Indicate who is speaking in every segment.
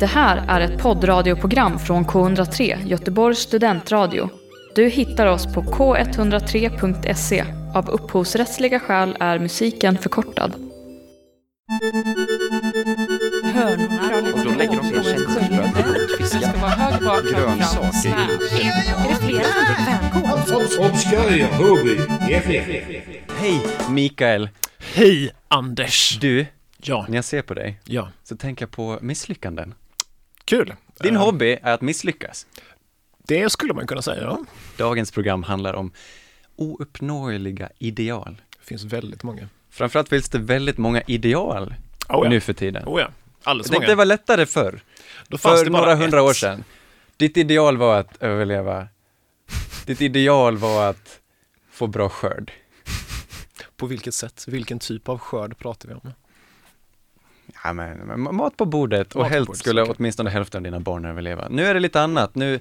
Speaker 1: Det här är ett poddradioprogram från K103, Göteborgs studentradio. Du hittar oss på k103.se. Av upphovsrättsliga skäl är musiken förkortad.
Speaker 2: Och då lägger de sina känselspröt i rotfiskar. Grönsaker i
Speaker 3: Obskörja hobby.
Speaker 2: Hej Mikael!
Speaker 4: Hej Anders!
Speaker 2: Du,
Speaker 4: Ja,
Speaker 2: när jag ser på dig
Speaker 4: ja,
Speaker 2: så tänker jag på misslyckanden.
Speaker 4: kul.
Speaker 2: Din
Speaker 4: Eh,
Speaker 2: hobby är att misslyckas.
Speaker 4: Det skulle man kunna säga, ja.
Speaker 2: Dagens program handlar om ouppnåeliga ideal.
Speaker 4: Det finns väldigt många.
Speaker 2: Framförallt finns det väldigt många ideal
Speaker 4: Oh ja.
Speaker 2: nu för tiden.
Speaker 4: Oh ja,
Speaker 2: Jag
Speaker 4: alldeles
Speaker 2: tänkte det
Speaker 4: många.
Speaker 2: var lättare förr,
Speaker 4: Då
Speaker 2: för några
Speaker 4: ett.
Speaker 2: hundra år sedan. Ditt ideal var att överleva. Ditt ideal var att få bra skörd.
Speaker 4: På vilket sätt, vilken typ av skörd pratar vi om?
Speaker 2: Ja, men, men mat på bordet och
Speaker 4: Mat på
Speaker 2: helst
Speaker 4: bordet,
Speaker 2: skulle
Speaker 4: okej.
Speaker 2: åtminstone hälften av dina barn överleva. Nu är det lite annat, nu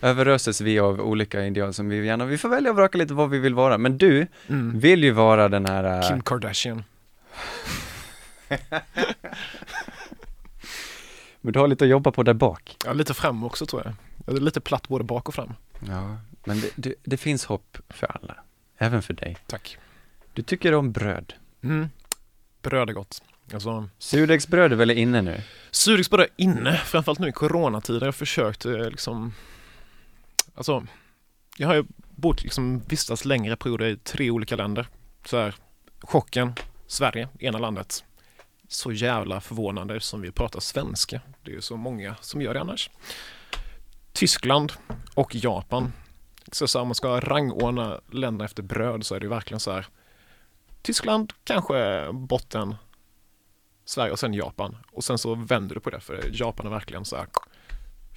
Speaker 2: överöses vi av olika ideal som vi gärna, vi får välja och vraka lite vad vi vill vara, men du vill ju vara den här, äh,
Speaker 4: Mm. Kim Kardashian.
Speaker 2: men du har lite att jobba på där bak.
Speaker 4: Ja, lite fram också tror jag. Ja, det är Lite platt både bak och fram.
Speaker 2: Ja, men det, du, det finns hopp för alla, även för dig.
Speaker 4: Tack.
Speaker 2: Du tycker om bröd.
Speaker 4: Mm. Bröd är gott. Alltså,
Speaker 2: Surdegsbröd är väl inne nu?
Speaker 4: surdegsbröd är inne, framförallt nu i coronatider. Jag har försökt eh, liksom, alltså, jag har ju bott, liksom vistats längre perioder i tre olika länder. Så här, chocken, Sverige, ena landet. Så jävla förvånande som vi pratar svenska. Det är ju så många som gör det annars. Tyskland och Japan. Så, så här, om man ska rangordna länder efter bröd så är det ju verkligen så här. Tyskland kanske botten, Sverige och sen Japan. Och sen så vänder du på det, för Japan är verkligen så här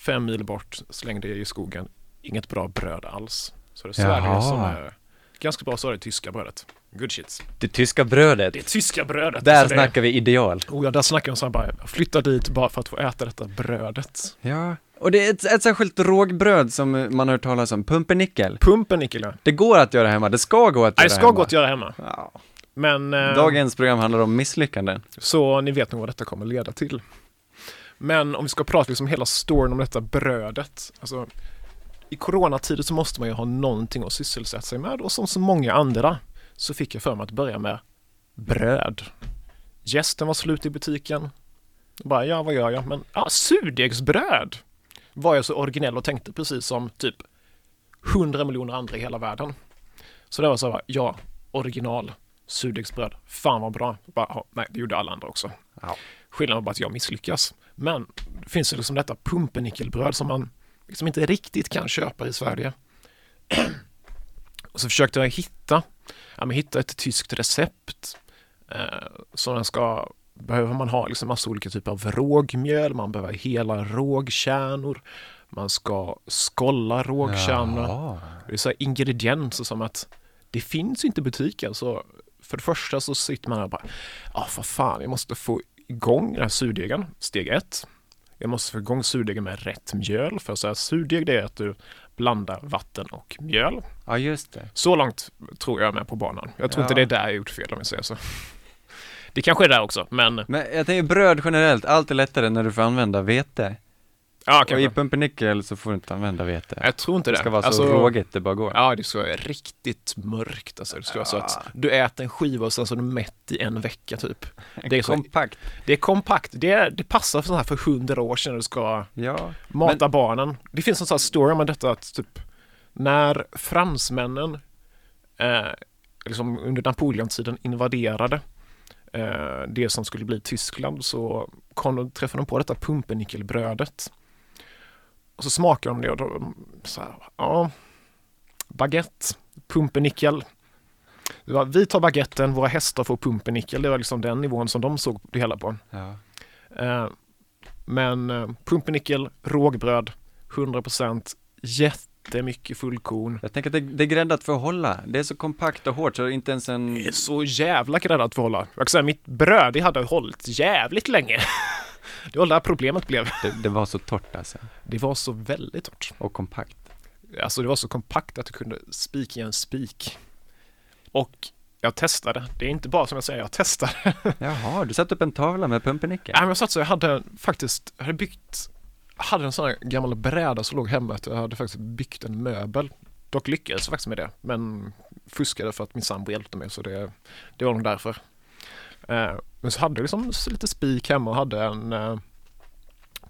Speaker 4: fem mil bort, släng det i skogen, inget bra bröd alls. Så det är Sverige
Speaker 2: Jaha.
Speaker 4: som är ganska bra, så är det tyska brödet. Good shit.
Speaker 2: Det tyska brödet,
Speaker 4: Det tyska brödet.
Speaker 2: där
Speaker 4: alltså det-
Speaker 2: snackar vi ideal.
Speaker 4: Oh ja, där snackar de så här bara, flytta dit bara för att få äta detta brödet.
Speaker 2: Ja, och det är ett, ett särskilt rågbröd som eh, man har hört talas om, pumpernickel.
Speaker 4: Pumpernickel ja.
Speaker 2: Det går att göra hemma, det ska gå att göra
Speaker 4: Nej, det ska
Speaker 2: hemma.
Speaker 4: gott göra hemma.
Speaker 2: Ja.
Speaker 4: Men eh,
Speaker 2: Dagens program handlar om misslyckanden.
Speaker 4: så ni vet nog vad detta kommer leda till. Men om vi ska prata liksom hela storyn om detta brödet. Alltså, I coronatider så måste man ju ha någonting att sysselsätta sig med och som så många andra så fick jag för mig att börja med bröd. Gästen var slut i butiken. Bara, ja vad gör jag? Men, ja surdegsbröd! Var jag så originell och tänkte precis som typ 100 miljoner andra i hela världen. Så det var så här, ja, original surdegsbröd. Fan vad bra. Bara, ja, nej, det gjorde alla andra också.
Speaker 2: Ja.
Speaker 4: Skillnaden var bara att jag misslyckas. Men det finns ju liksom detta pumpernickelbröd som man liksom inte riktigt kan köpa i Sverige. Och så försökte jag hitta, ja, men hitta ett tyskt recept. Eh, som den ska, behöver man ha liksom massa olika typer av rågmjöl, man behöver hela rågkärnor, man ska skolla rågkärnor. Det är så här ingredienser som att det finns ju inte i butiken. Så för det första så sitter man där och bara, ja ah, vad fan, jag måste få igång den här surdegen, steg ett. Jag måste få igång surdegen med rätt mjöl, för så här, surdeg det är att du blandar vatten och mjöl.
Speaker 2: Ja, just det.
Speaker 4: Så långt tror jag är med på banan. Jag tror
Speaker 2: Ja.
Speaker 4: inte det är där jag gjort fel om vi säger så. Det kanske är där också, men
Speaker 2: Men jag tänker bröd generellt, allt är lättare när du får använda vete.
Speaker 4: ja,
Speaker 2: Och i
Speaker 4: kanske.
Speaker 2: pumpernickel så får du inte använda vete.
Speaker 4: Jag tror inte det.
Speaker 2: Det ska vara så
Speaker 4: Alltså,
Speaker 2: rågigt det bara går.
Speaker 4: Ja, det ska vara riktigt mörkt alltså. Det ska vara så att du äter en skiva och sen så är du mätt i en vecka typ. Det är, så,
Speaker 2: Kompakt.
Speaker 4: det är kompakt. Det, är, det passar för sådana här för hundra år sedan när du ska
Speaker 2: Ja.
Speaker 4: mata barnen. Det finns en sån här story om detta att typ när fransmännen eh, liksom under Napoleontiden invaderade eh, det som skulle bli Tyskland så kom de, träffade de på detta pumpernickelbrödet. Och så smakade de det och de så här, ja, baguette, pumpernickel. Det var, vi tar baguetten, våra hästar får pumpernickel. Det var liksom den nivån som de såg det hela på.
Speaker 2: ja.
Speaker 4: Eh, Men eh, pumpernickel, rågbröd, 100%, jättemycket fullkorn.
Speaker 2: Jag tänker att det, det är gräddat för att hålla. Det är så kompakt och hårt så det är inte ens en...
Speaker 4: Det är så jävla gräddat för att hålla. Jag kan säga mitt bröd, det hade hållit jävligt länge. Det var där problemet blev.
Speaker 2: Det, det var så torrt alltså.
Speaker 4: Det var så väldigt torrt.
Speaker 2: Och kompakt.
Speaker 4: Alltså det var så kompakt att du kunde spika i en spik. Och Jag testade. Det är inte bara som jag säger, jag testade.
Speaker 2: Jaha, du satte upp en tavla med
Speaker 4: Nej,
Speaker 2: pumpernickel?
Speaker 4: men jag satt så, jag hade faktiskt, jag hade byggt, jag hade en sån här gammal bräda som låg hemma. Jag hade faktiskt byggt en möbel. Dock lyckades jag faktiskt med det, men fuskade för att min sambo hjälpte mig, så det, det var nog därför. Eh, men så hade jag liksom s- lite spik hemma och hade en eh,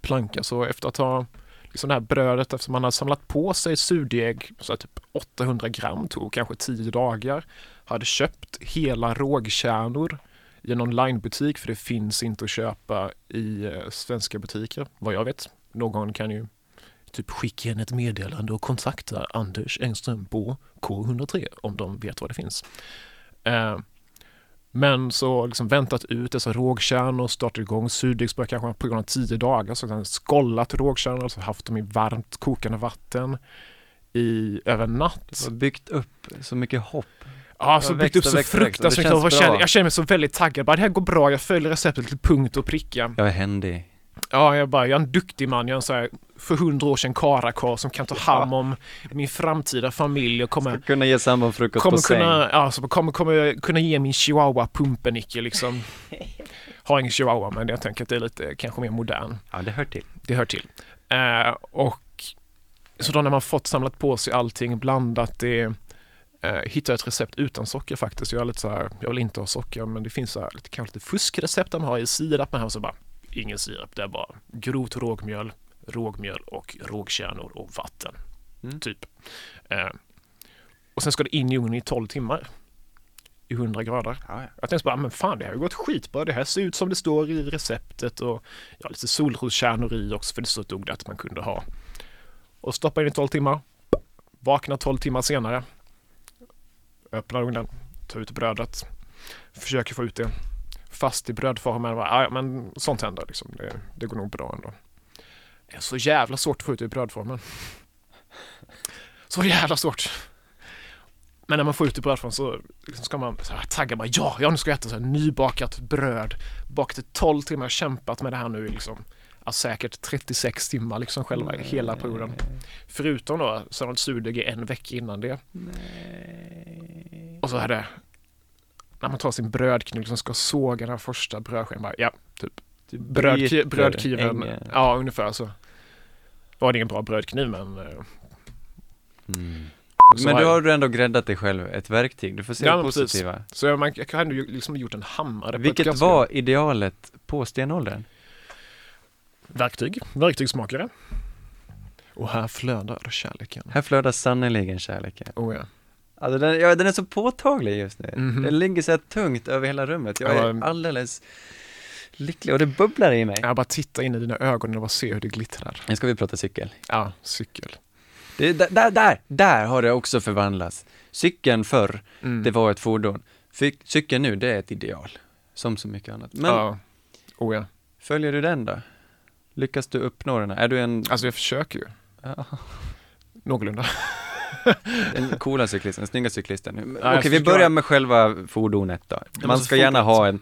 Speaker 4: planka, så efter att ha liksom det här brödet, eftersom man hade samlat på sig surdeg, så här typ 800 gram, tog kanske 10 dagar, hade köpt hela rågkärnor i en onlinebutik för det finns inte att köpa i eh, svenska butiker, vad jag vet. Någon kan ju typ skicka in ett meddelande och kontakta Anders Engström på K103 om de vet vad det finns. Eh, men så liksom väntat ut dessa rågkärnor, startat igång surdegsbröd kanske på grund av tio dagar, så sen skollat rågkärnor, alltså haft dem i varmt kokande vatten i över en natt.
Speaker 2: Du har byggt upp så mycket hopp.
Speaker 4: Ja, så
Speaker 2: Jag
Speaker 4: byggt
Speaker 2: växte,
Speaker 4: upp så
Speaker 2: växte, växte.
Speaker 4: fruktansvärt
Speaker 2: Det
Speaker 4: mycket.
Speaker 2: känns
Speaker 4: Jag känner,
Speaker 2: bra.
Speaker 4: jag känner mig så väldigt taggad. Bara, det här går bra, jag följer receptet till punkt och pricka.
Speaker 2: Jag är händig.
Speaker 4: Ja, jag bara, jag är en duktig man. Jag är en så här för hundra år sedan karakar som kan ta hand om min framtida familj och kommer,
Speaker 2: Ska kunna ge sambon frukost
Speaker 4: kommer,
Speaker 2: på säng.
Speaker 4: kunna, ja, så kommer, kommer kunna ge min chihuahua pumpernickel liksom. Har ingen chihuahua, men jag tänker att det är lite kanske mer modern.
Speaker 2: Ja, det hör till.
Speaker 4: Det hör till. Eh, och så då när man fått samlat på sig allting, blandat det, eh, hittade jag ett recept utan socker faktiskt. Jag är lite så här, jag vill inte ha socker, men det finns så här, lite, kanske lite fuskrecept där man har i sirap, men här var så bara, ingen sirap, det är bara grovt rågmjöl, rågmjöl och rågkärnor och vatten.
Speaker 2: Mm.
Speaker 4: Typ. Eh, och sen ska det in i ugnen i 12 timmar i 100 grader.
Speaker 2: Ja, ja.
Speaker 4: Jag tänkte bara, men fan det här har ju gått skitbra. Det här ser ut som det står i receptet och ja, lite solroskärnor i också för det stod det att man kunde ha. Och stoppa in i 12 timmar. Vakna 12 timmar senare. Öppnar ugnen, tar ut brödet. Försöker få ut det. Fast i brödformen. Bara, "Ah, Ja, men sånt händer liksom. Det, det går nog bra ändå. Det är så jävla svårt att få ut det i brödformen. Så jävla svårt. Men när man får ut det i brödformen så liksom ska man så här tagga bara ja, ja nu ska jag äta så här nybakat bröd. Bakat i 12 timmar, kämpat med det här nu i liksom. Ja, säkert 36 timmar liksom själva hela perioden. Förutom då sen åt surdeg i en vecka innan det. Och så är det när man tar sin brödkniv liksom ska såga den här första brödskivan. bara, Ja, typ
Speaker 2: Du
Speaker 4: Brödki-
Speaker 2: bryter
Speaker 4: brödkniven,
Speaker 2: ängen.
Speaker 4: ja ungefär så. Var det ingen bra brödkniv men... eh,
Speaker 2: Mm.
Speaker 4: så
Speaker 2: Men
Speaker 4: har
Speaker 2: då
Speaker 4: jag-
Speaker 2: har du ändå gräddat dig själv ett verktyg. Du får se
Speaker 4: Ja,
Speaker 2: det
Speaker 4: men precis.
Speaker 2: positiva.
Speaker 4: Så jag, man, jag hade ju liksom gjort en hammare. på ett
Speaker 2: Vilket
Speaker 4: ganska-
Speaker 2: var idealet på stenåldern?
Speaker 4: Verktyg, verktygsmakare. Och här flödar kärleken.
Speaker 2: Här flödar sannerligen kärleken.
Speaker 4: Oh, ja.
Speaker 2: Alltså den, ja, den är så påtaglig just nu.
Speaker 4: Mhm.
Speaker 2: Den ligger så här tungt över hela rummet. Jag
Speaker 4: Ja,
Speaker 2: är
Speaker 4: men-
Speaker 2: alldeles lycklig och det bubblar i mig.
Speaker 4: Jag bara tittar in i dina ögon och bara ser hur det glittrar.
Speaker 2: Nu ska vi prata cykel.
Speaker 4: Ja, cykel.
Speaker 2: Det, är där, där, där, där har det också förvandlats. Cykeln förr,
Speaker 4: Mm.
Speaker 2: det var ett fordon. Cy- Cykeln nu, det är ett ideal. Som så mycket annat. Men
Speaker 4: Ja. Oh, ja.
Speaker 2: följer du den då? Lyckas du uppnå den? här? Är du en,
Speaker 4: Alltså jag försöker ju.
Speaker 2: Ja.
Speaker 4: Någorlunda.
Speaker 2: den coola cyklisten, den snygga cyklisten? Men-
Speaker 4: jag
Speaker 2: Okej, vi
Speaker 4: förstår.
Speaker 2: börjar med själva fordonet då.
Speaker 4: men
Speaker 2: Man
Speaker 4: så
Speaker 2: ska gärna
Speaker 4: fordonet.
Speaker 2: ha en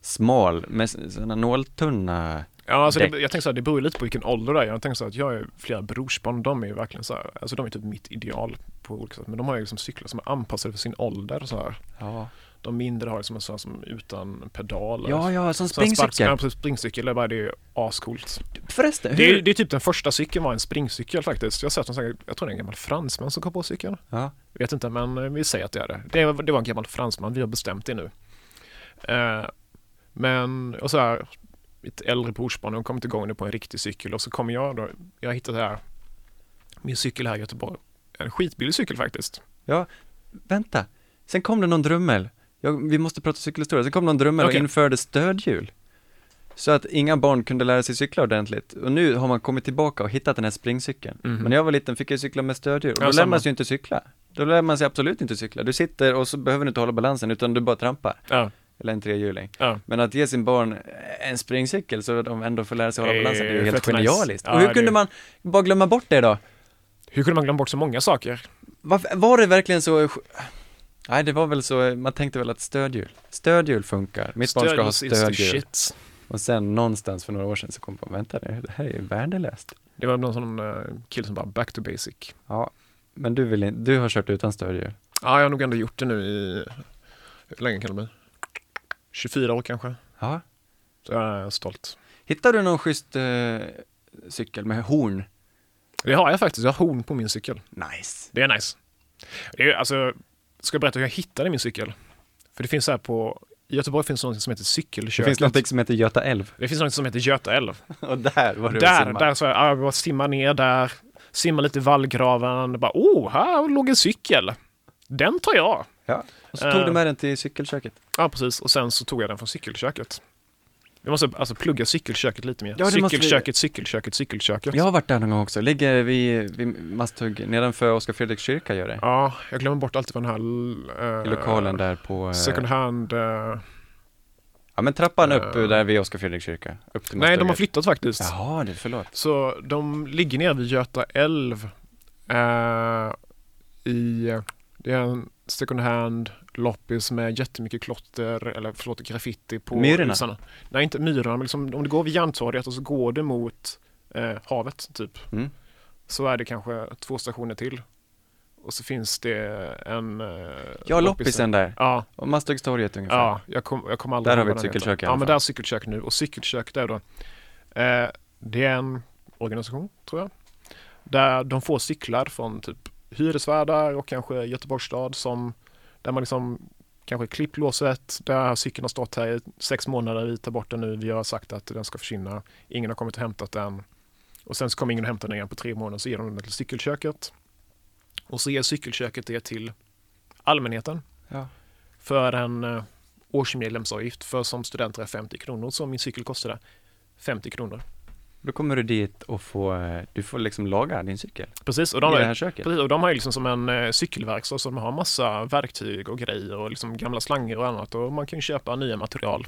Speaker 2: smal, med s- såna nåltunna
Speaker 4: Ja, alltså det,
Speaker 2: Däck.
Speaker 4: jag tänker så här, det beror ju lite på vilken ålder det är. Jag tänker så här att jag har ju flera brorsbarn, de är ju verkligen så här, alltså de är typ mitt ideal på olika sätt. Men de har ju liksom cyklar som är anpassade för sin ålder och så här.
Speaker 2: Ja,
Speaker 4: De mindre har ju som en sån här som utan pedal.
Speaker 2: ja, ja som
Speaker 4: Sån här spark- Ja,
Speaker 2: springcykel.
Speaker 4: precis, springcykel, det är bara det är ju ascoolt.
Speaker 2: Förresten,
Speaker 4: Det är,
Speaker 2: hur?
Speaker 4: det är typ den första cykeln var en springcykel faktiskt. Jag har sett en sån här, jag tror det är en gammal fransman som kom på cykeln.
Speaker 2: Ja,
Speaker 4: Jag vet inte, men eh, vi säger att det är det. Det var, det var en gammal fransman, vi har bestämt det nu. Eh, men, och så här, mitt äldre brorsbarn, de kom inte igång nu på en riktig cykel och så kommer jag då, jag hittade här, min cykel här i Göteborg. En skitbillig cykel faktiskt.
Speaker 2: ja, vänta. Sen kom det någon drummel. Jag, vi måste prata cykelhistoria. Sen kom någon drummel
Speaker 4: Okej.
Speaker 2: och införde stödhjul. Så att inga barn kunde lära sig cykla ordentligt. Och nu har man kommit tillbaka och hittat den här springcykeln.
Speaker 4: Mhm.
Speaker 2: Men när jag var liten fick jag cykla med stödhjul. Och då
Speaker 4: Ja,
Speaker 2: lär
Speaker 4: samma.
Speaker 2: man sig ju inte cykla. Då lär man sig absolut inte cykla. Du sitter och så behöver du inte hålla balansen utan du bara trampar.
Speaker 4: Ja,
Speaker 2: Eller en trehjuling.
Speaker 4: ja.
Speaker 2: Men att ge sin barn en springcykel så de ändå får lära sig hålla
Speaker 4: Eh,
Speaker 2: balansen, det är ju helt
Speaker 4: fett nice.
Speaker 2: genialiskt.
Speaker 4: Ja,
Speaker 2: och hur
Speaker 4: det-
Speaker 2: kunde man bara glömma bort det då?
Speaker 4: Hur kunde man glömma bort så många saker?
Speaker 2: Varför, var det verkligen så? Nej, det var väl så, man tänkte väl att stödhjul, stödhjul funkar. Mitt barn ska ha
Speaker 4: Stödhjul is the
Speaker 2: stödhjul.
Speaker 4: shit.
Speaker 2: Och sen någonstans för några år sedan så kom jag på, vänta nu, det här är ju värdelöst.
Speaker 4: Det var någon sån eh, kille som bara back to basic.
Speaker 2: Ja, men du vill inte, du har kört utan stödhjul.
Speaker 4: Ja, jag har nog ändå gjort det nu i Hur länge kan det bli? 24 år kanske.
Speaker 2: Ja.
Speaker 4: Så jag är stolt.
Speaker 2: Hittar du någon schysst eh, cykel med horn?
Speaker 4: Det har jag faktiskt. Jag har horn på min cykel.
Speaker 2: Nice.
Speaker 4: Det är nice. Det är, alltså, ska jag berätta hur jag hittade min cykel? För det finns så här på... I Göteborg finns något som heter
Speaker 2: Det
Speaker 4: cykelköket.
Speaker 2: finns något som heter Göta älv.
Speaker 4: det finns något som heter Göta älv.
Speaker 2: Och där var du och
Speaker 4: Där,
Speaker 2: simmade.
Speaker 4: där så här, ja, jag bara simmar ner där, simmar lite i vallgraven, bara oh, här låg en cykel. Den tar jag.
Speaker 2: Ja. Och så tog
Speaker 4: Eh.
Speaker 2: du med den till cykelköket.
Speaker 4: Ja, precis. Och sen så tog jag den från cykelköket. Jag måste alltså plugga cykelköket lite mer.
Speaker 2: Ja, det måste vi-
Speaker 4: cykelköket, cykelköket, cykelköket.
Speaker 2: Jag har varit där någon gång också, ligger vid, vid Masthugg, nedanför Oskar Fredriks kyrka gör det.
Speaker 4: Ja, jag glömmer bort alltid vad den här... eh,
Speaker 2: I lokalen där på, eh,
Speaker 4: Second hand. eh,
Speaker 2: ja men trappan upp eh, där vid Oskar Fredriks kyrka. Upp till
Speaker 4: nej, de har
Speaker 2: Masthugget.
Speaker 4: flyttat faktiskt.
Speaker 2: Jaha, du, förlåt.
Speaker 4: Så de ligger nere vid Göta älv. eh, I, det är en second hand loppis med jättemycket klotter, eller förlåt graffiti på
Speaker 2: Myrorna?
Speaker 4: husarna. Nej, inte myrorna, men liksom, om du går vid Järntorget och så går du mot eh, havet typ.
Speaker 2: Mm.
Speaker 4: Så är det kanske två stationer till. Och så finns det en... Eh,
Speaker 2: Ja,
Speaker 4: loppis där.
Speaker 2: loppisen där.
Speaker 4: Ja,
Speaker 2: Och Masthuggstorget ungefär.
Speaker 4: Ja, jag kommer jag kom aldrig
Speaker 2: Där har
Speaker 4: ihåg
Speaker 2: vi
Speaker 4: vad
Speaker 2: ett
Speaker 4: den heter.
Speaker 2: cykelkök i alla
Speaker 4: Ja, men
Speaker 2: fall.
Speaker 4: där är cykelkök nu. Och cykelkök där då. Eh, det är en organisation, tror jag. Där de får cyklar från typ hyresvärdar och kanske Göteborgs stad som där man liksom kanske klippt låset, där har cykeln har stått här i sex månader, vi tar bort den nu, vi har sagt att den ska försvinna, ingen har kommit och hämtat den och sen så kommer ingen och hämtar den igen på tre månader så ger de den till cykelköket och så ger cykelköket det till allmänheten
Speaker 2: Ja.
Speaker 4: för en eh, årsmedlemsavgift för som studenter är 50 kronor så min cykel kostade 50 kronor.
Speaker 2: Då kommer du dit och får, eh, du får liksom laga din cykel.
Speaker 4: Precis, och
Speaker 2: I
Speaker 4: de,
Speaker 2: det
Speaker 4: har,
Speaker 2: här köket.
Speaker 4: precis, och de har ju liksom som en eh, cykelverkstad så de har massa verktyg och grejer och liksom gamla slanger och annat och man kan ju köpa nya material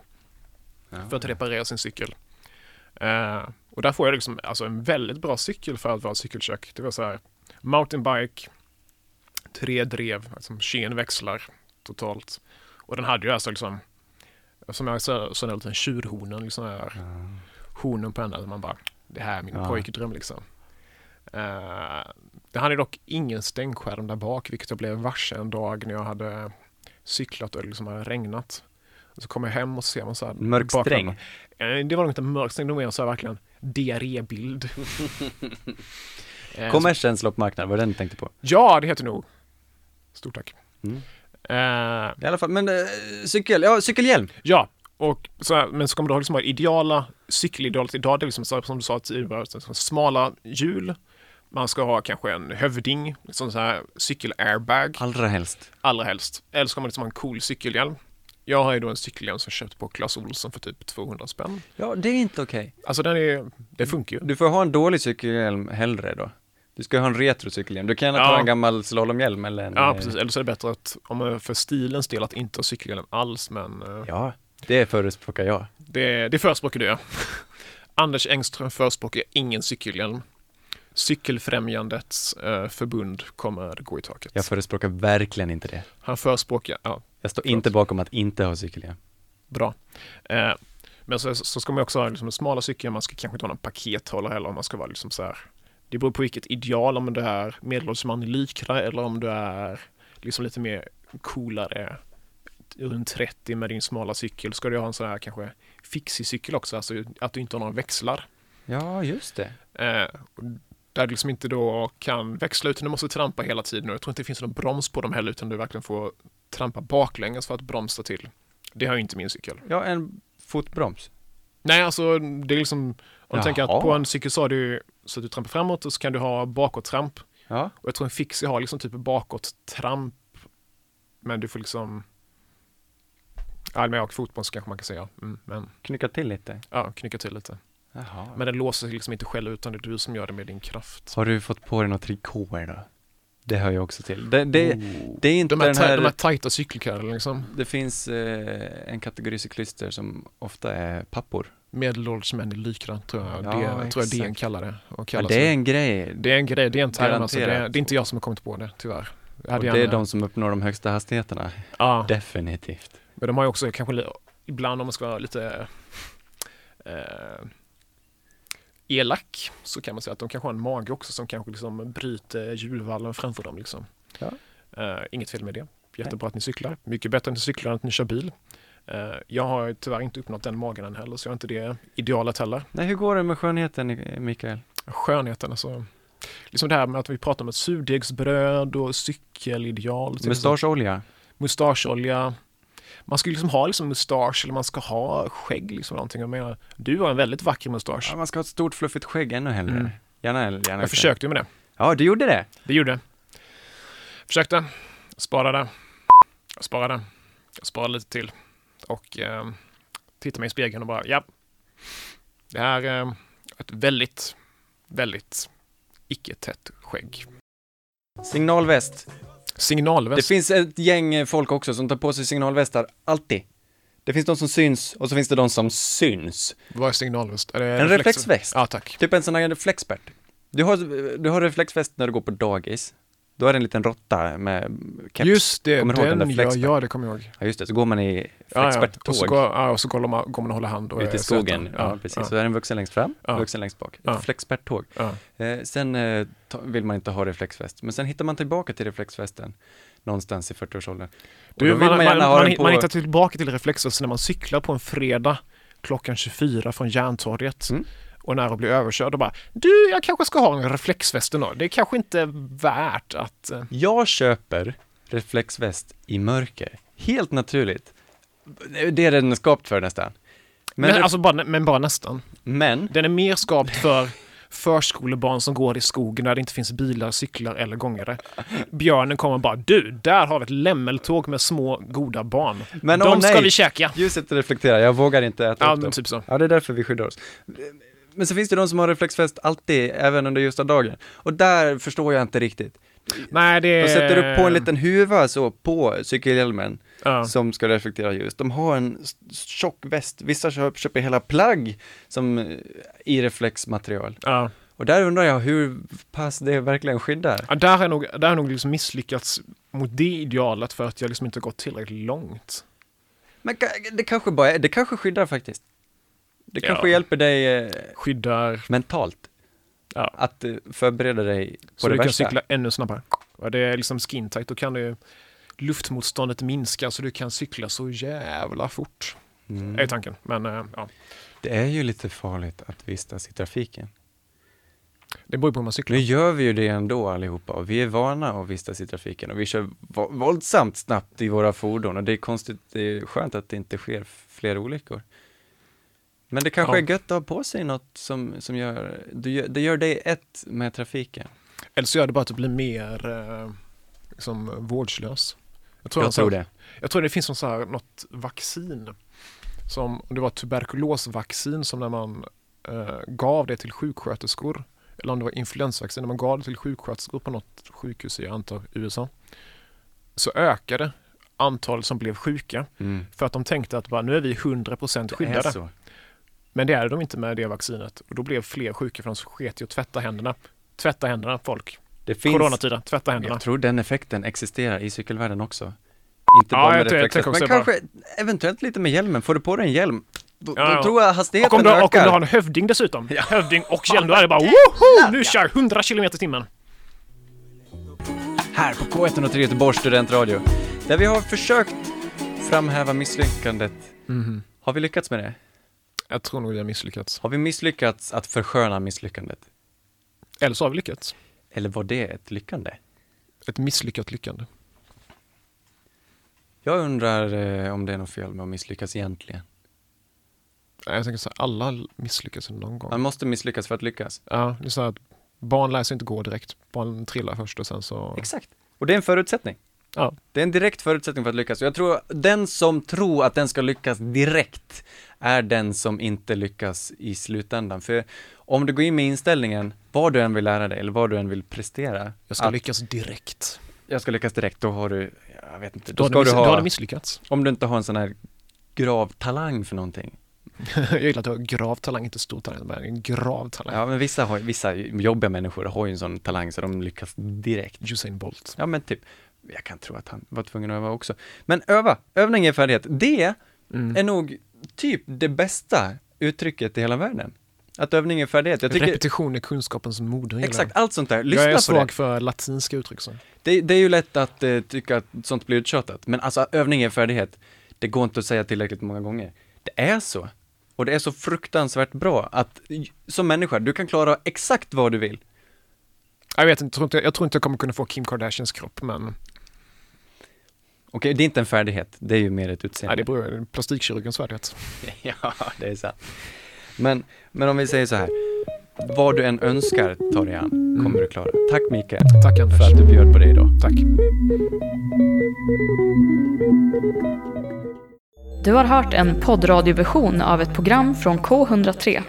Speaker 4: för att reparera sin cykel. Eh, och där får jag liksom, alltså en väldigt bra cykel för att vara ett cykelkök. Det var så här mountainbike, tre drev, alltså skenväxlar totalt. Och den hade ju alltså liksom, som jag sa, sån där liten tjurhonen, liksom här hornen på henne. Alltså man bara, det här är min
Speaker 2: Ja.
Speaker 4: pojkdröm liksom. Eh, det hade dock ingen stänkskärm där bak, vilket jag blev varse en dag när jag hade cyklat och det liksom hade regnat. Och så kom jag hem och så ser man så här
Speaker 2: Mörk
Speaker 4: bakom-
Speaker 2: sträng.
Speaker 4: Eh, Det var nog inte en mörk sträng, det var mer en så här verkligen diarrébild. Eh,
Speaker 2: Kommersens loppmarknad, var det den du tänkte på?
Speaker 4: Ja, det heter nog. Stort tack.
Speaker 2: Mm.
Speaker 4: Eh,
Speaker 2: I alla fall, men eh, cykel, ja cykelhjälm.
Speaker 4: ja, och så här, men så kommer du ha liksom det ideala cykelidealet idag. Det är liksom så här, som du sa tidigare, så här, smala hjul. Man ska ha kanske en hövding, sån så här cykelairbag
Speaker 2: Allra helst.
Speaker 4: allra helst. Eller så ska man liksom ha en cool cykelhjälm. Jag har ju då en cykelhjälm som jag köpt på Clas Ohlson för typ 200 spänn.
Speaker 2: Ja, det är inte okej.
Speaker 4: Alltså den är, det funkar ju.
Speaker 2: Du får ha en dålig cykelhjälm hellre då. Du ska ha en retrocykelhjälm. Du kan gärna ta
Speaker 4: Ja.
Speaker 2: en gammal slalomhjälm eller en...
Speaker 4: Ja,
Speaker 2: eh,
Speaker 4: precis. Eller så är det bättre att, om man- för stilens del, att inte ha cykelhjälm alls. Men eh,
Speaker 2: Ja, det förespråkar jag.
Speaker 4: det, det förespråkar du, ja. Anders Engström förespråkar ingen cykelhjälm. Cykelfrämjandets eh, förbund kommer gå i taket.
Speaker 2: Jag förespråkar verkligen inte det.
Speaker 4: Han förespråkar, ja,
Speaker 2: Jag står inte bakom att inte ha cykelhjälm.
Speaker 4: bra. Eh, men så, så ska man ju också ha liksom en smala cykel, man ska kanske inte ha någon pakethållare heller om man ska vara liksom så här. Det beror på vilket ideal, om du är medelålders man i Lycra eller om du är liksom lite mer coolare runt 30 med din smala cykel. Ska du ha en sån här kanske fixig cykel också, alltså att du inte har några växlar.
Speaker 2: Ja, just det.
Speaker 4: Eh, och där du liksom inte då kan växla utan du måste trampa hela tiden och jag tror inte det finns någon broms på dem heller utan du verkligen får trampa baklänges för att bromsa till. Det har ju inte min cykel.
Speaker 2: Ja, en fotbroms.
Speaker 4: Nej, alltså det är liksom, om du
Speaker 2: Jaha.
Speaker 4: tänker att på en cykel så har du så att du trampar framåt och så kan du ha bakåttramp.
Speaker 2: Ja,
Speaker 4: Och jag tror en fixie har liksom typ bakåttramp, men du får liksom, ja, men jag åker fotboll så kanske man kan säga, mm, men
Speaker 2: knycka till lite.
Speaker 4: ja, knycka till lite.
Speaker 2: Jaha.
Speaker 4: Men den låser sig liksom inte själv utan det är du som gör det med din kraft.
Speaker 2: Har du fått på dig några trikåer då? Det hör jag också till. Det, det, det är inte
Speaker 4: Oh. De här,
Speaker 2: den
Speaker 4: ta-
Speaker 2: här...
Speaker 4: de här tajta cykelkläderna liksom,
Speaker 2: Det finns eh, en kategori cyklister som ofta är pappor.
Speaker 4: medelålders män i lykra tror jag,
Speaker 2: Ja,
Speaker 4: det, tror jag DN
Speaker 2: exakt.
Speaker 4: kallar det. Och
Speaker 2: Ja,
Speaker 4: kallar
Speaker 2: det är en grej.
Speaker 4: det är en grej, det är en term alltså, det, är-
Speaker 2: Garanterat.
Speaker 4: det är inte jag som har kommit på det tyvärr. Jag
Speaker 2: Och
Speaker 4: hade
Speaker 2: det är
Speaker 4: gärna-
Speaker 2: de som uppnår de högsta hastigheterna.
Speaker 4: ja.
Speaker 2: Definitivt.
Speaker 4: Men de har ju också kanske li- ibland om man ska vara lite eh, elak så kan man säga att de kanske har en mage också som kanske liksom bryter hjulvallen framför dem liksom.
Speaker 2: Ja.
Speaker 4: Eh, inget fel med det. Jättebra att ni cyklar. Mycket bättre att ni cyklar än att ni kör bil. Eh, Jag har tyvärr inte uppnått den magen än heller, så jag har inte det idealet heller.
Speaker 2: Nej, hur går det med skönheten eh, Mikael?
Speaker 4: Skönheten alltså. Liksom det här med att vi pratar om ett surdegsbröd och cykelideal. till exempel.
Speaker 2: Mustascholja?
Speaker 4: mustascholja. Man ska ju liksom ha liksom mustasch eller man ska ha skägg liksom någonting. Jag menar, du har en väldigt vacker mustasch.
Speaker 2: Ja, man ska ha ett stort fluffigt skägg ännu hellre.
Speaker 4: Mm.
Speaker 2: Gärna, gärna lite.
Speaker 4: Jag försökte ju med det.
Speaker 2: Ja, du gjorde det?
Speaker 4: Det gjorde jag. Försökte. Sparade. Jag sparade. Jag sparade lite till. Och eh, tittade mig i spegeln och bara, ja. Det här är eh, ett väldigt, väldigt icke-tätt skägg.
Speaker 2: Signalväst. Det
Speaker 4: Signalväst.
Speaker 2: finns ett gäng eh, folk också som tar på sig signalvästar, alltid. Det finns de som syns och så finns det de som syns.
Speaker 4: Vad är signalväst? Är det
Speaker 2: En reflexväst.
Speaker 4: Eh, Ja, tack.
Speaker 2: Typ en sån här reflexpert. Du har, du har reflexväst när du går på dagis. Då är det en liten råtta med keps.
Speaker 4: Just det,
Speaker 2: Kommer du ihåg den,
Speaker 4: den,
Speaker 2: där
Speaker 4: ja,
Speaker 2: flexbert?
Speaker 4: ja, det kommer jag ihåg.
Speaker 2: Ja, just det. Så går man i
Speaker 4: Ja, ja.
Speaker 2: flexperttåg
Speaker 4: Och så, går, ja, och så går, man, går man och håller hand. Och
Speaker 2: ute i
Speaker 4: är
Speaker 2: skogen.
Speaker 4: sötan.
Speaker 2: Ja, precis. Så är det en vuxen längst fram,
Speaker 4: Ja.
Speaker 2: vuxen längst bak.
Speaker 4: Ja.
Speaker 2: Flexperttåg.
Speaker 4: ja.
Speaker 2: Eh, sen eh, ta, vill man inte ha reflexväst, men sen hittar man tillbaka till reflexvästen någonstans i 40-årsåldern. Och
Speaker 4: Du,
Speaker 2: då
Speaker 4: man,
Speaker 2: vill
Speaker 4: man,
Speaker 2: man,
Speaker 4: man,
Speaker 2: gärna ha den
Speaker 4: man,
Speaker 2: på...
Speaker 4: hittar tillbaka till reflexvästen när man cyklar på en fredag klockan 24 från Järntorget
Speaker 2: Mm.
Speaker 4: och när att bli överkörd och bara du, jag kanske ska ha en reflexväst ändå. Det är kanske inte värt att... eh,
Speaker 2: Jag köper reflexväst i mörker, helt naturligt. Det är den skapt för nästan. Men,
Speaker 4: Men,
Speaker 2: men,
Speaker 4: alltså, bara, men bara nästan.
Speaker 2: men
Speaker 4: Den är mer skapt för förskolebarn som går i skogen där det inte finns bilar, cyklar eller gångare. Björnen kommer och bara du, där har vi ett lämmeltåg med små goda barn.
Speaker 2: Men,
Speaker 4: De
Speaker 2: åh,
Speaker 4: ska
Speaker 2: nej.
Speaker 4: vi käka.
Speaker 2: ljuset reflekterar, jag vågar inte äta
Speaker 4: Ja,
Speaker 2: upp
Speaker 4: men
Speaker 2: dem.
Speaker 4: typ så.
Speaker 2: Ja, det är därför vi skyddar oss. Men så finns det de som har reflexväst alltid, även under ljusa dagen. Och där förstår jag inte riktigt.
Speaker 4: Nej, det...
Speaker 2: De sätter upp på en liten huva så på cykelhjälmen.
Speaker 4: Eh. Ja.
Speaker 2: som ska reflektera ljus. De har en s- tjock väst, vissa köp, köper hela plagg som eh, i reflexmaterial.
Speaker 4: Ja.
Speaker 2: Och där undrar jag hur pass det verkligen skyddar.
Speaker 4: Ja, där har jag nog, där har jag nog liksom misslyckats mot det idealet för att jag liksom inte har gått tillräckligt långt.
Speaker 2: Men ka- det kanske bara är, det kanske skyddar faktiskt. Det
Speaker 4: Ja.
Speaker 2: kanske hjälper dig eh,
Speaker 4: Skyddar
Speaker 2: mentalt
Speaker 4: Ja.
Speaker 2: att eh, förbereda dig på
Speaker 4: så
Speaker 2: det
Speaker 4: du kan
Speaker 2: värsta.
Speaker 4: cykla ännu snabbare. Ja, det är liksom skin tight, då kan det luftmotståndet minska så du kan cykla så jävla fort.
Speaker 2: Mm.
Speaker 4: Är tanken. Men eh, ja,
Speaker 2: Det är ju lite farligt att vistas i trafiken.
Speaker 4: det beror ju på hur man cyklar.
Speaker 2: Nu gör vi ju det ändå allihopa och vi är vana att vistas i trafiken och vi kör vo- våldsamt snabbt i våra fordon och det är konstigt, det är skönt att det inte sker f- fler olyckor. Men det kanske
Speaker 4: Ja.
Speaker 2: är gött att ha på sig något som, som gör, du gör, det gör dig ett med trafiken.
Speaker 4: Eller så gör det bara att du blir mer eh, liksom, vårdslös. Jag tror, han sa-
Speaker 2: det.
Speaker 4: Jag tror det finns någon så här, något vaccin. Som, om det var tuberkulosvaccin som när man eh, gav det till sjuksköterskor. Eller om det var influensavaccin, när man gav det till sjuksköterskor på något sjukhus i, jag antar, USA. Så ökade antalet som blev sjuka.
Speaker 2: Mm.
Speaker 4: För att de tänkte att bara, nu är vi 100%
Speaker 2: Det är
Speaker 4: skyddade.
Speaker 2: så.
Speaker 4: Men det är de inte med det vaccinet. Och då blev fler sjuka för de sket i att tvätta händerna. Tvätta händerna folk.
Speaker 2: Det finns,
Speaker 4: Coronatider, tvätta händerna.
Speaker 2: jag tror den effekten existerar i cykelvärlden också. Inte
Speaker 4: Ja,
Speaker 2: bara
Speaker 4: jag
Speaker 2: med
Speaker 4: tror- jag
Speaker 2: reflexer,
Speaker 4: tänker också
Speaker 2: men
Speaker 4: bara-
Speaker 2: kanske eventuellt lite med hjälmen. Får du på dig en hjälm, då,
Speaker 4: Ja, ja.
Speaker 2: då tror jag hastigheten
Speaker 4: Och om, du,
Speaker 2: ökar.
Speaker 4: och om du har en hövding dessutom. Hövding och hjälm, då är det bara woho! Nu kör 100 km i timmen.
Speaker 2: här på K103 Göteborgs studentradio. Där vi har försökt framhäva misslyckandet.
Speaker 4: Mhm.
Speaker 2: Har vi lyckats med det?
Speaker 4: Jag tror nog vi har misslyckats.
Speaker 2: Har vi misslyckats att försköna misslyckandet?
Speaker 4: Eller så har vi lyckats.
Speaker 2: Eller var det ett lyckande?
Speaker 4: Ett misslyckat lyckande.
Speaker 2: Jag undrar eh, om det är något fel med att misslyckas egentligen.
Speaker 4: Nej, Jag tänker så här, alla misslyckas någon gång.
Speaker 2: Man måste misslyckas för att lyckas.
Speaker 4: Ja, det är så här att barn lär sig inte gå direkt. Barn trillar först och sen så...
Speaker 2: Exakt. Och det är en förutsättning.
Speaker 4: Ja,
Speaker 2: Det är en direkt förutsättning för att lyckas. Och Jag tror den som tror att den ska lyckas direkt är den som inte lyckas i slutändan. För om du går in med inställningen, vad du än vill lära dig eller vad du än vill prestera,
Speaker 4: jag ska
Speaker 2: att
Speaker 4: lyckas direkt.
Speaker 2: jag ska lyckas direkt, då har du, jag vet inte,
Speaker 4: Då
Speaker 2: då ska
Speaker 4: har, du miss-
Speaker 2: du
Speaker 4: då har du
Speaker 2: ha,
Speaker 4: misslyckats.
Speaker 2: om du inte har en sån här grav talang för någonting.
Speaker 4: jag gillar att du har grav talang, inte stor talang, men en grav talang.
Speaker 2: Ja, men vissa, har, vissa jobbiga människor har ju en sån talang så de lyckas direkt.
Speaker 4: Usain Bolt.
Speaker 2: Ja, men typ, jag kan tro att han var tvungen att öva också. Men öva, övning är
Speaker 4: Mm.
Speaker 2: färdighet. Det är nog typ det bästa uttrycket i hela världen. Att övning är färdighet. Jag tycker,
Speaker 4: Repetition är kunskapens moder. gillar
Speaker 2: exakt,
Speaker 4: jag.
Speaker 2: allt sånt där.
Speaker 4: Jag är
Speaker 2: Lyssna på det.
Speaker 4: svag för latinska uttryck. Så.
Speaker 2: det. Det är ju lätt att eh, tycka att sånt blir uttjatat, men alltså övning är färdighet. Det går inte att säga tillräckligt många gånger. Det är så. Och det är så fruktansvärt bra att j- som människa, du kan klara exakt vad du vill.
Speaker 4: Jag vet inte, jag tror inte, jag tror inte jag kommer kunna få Kim Kardashians kropp, men
Speaker 2: Okej, det är inte en färdighet, det är ju mer ett utseende.
Speaker 4: nej, det beror på plastikkirurgens värdighet.
Speaker 2: Ja, det är sant. Men, men om vi säger så här. Vad du än önskar, ta dig an, kommer du klara. Tack Mikael
Speaker 4: Tack
Speaker 2: för
Speaker 4: Anders.
Speaker 2: att du bjöd på dig idag.
Speaker 4: Tack.
Speaker 1: Du har hört en poddradioversion av ett program från K103.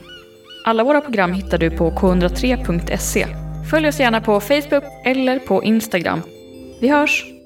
Speaker 1: Alla våra program hittar du på k103.se. Följ oss gärna på Facebook eller på Instagram. Vi hörs!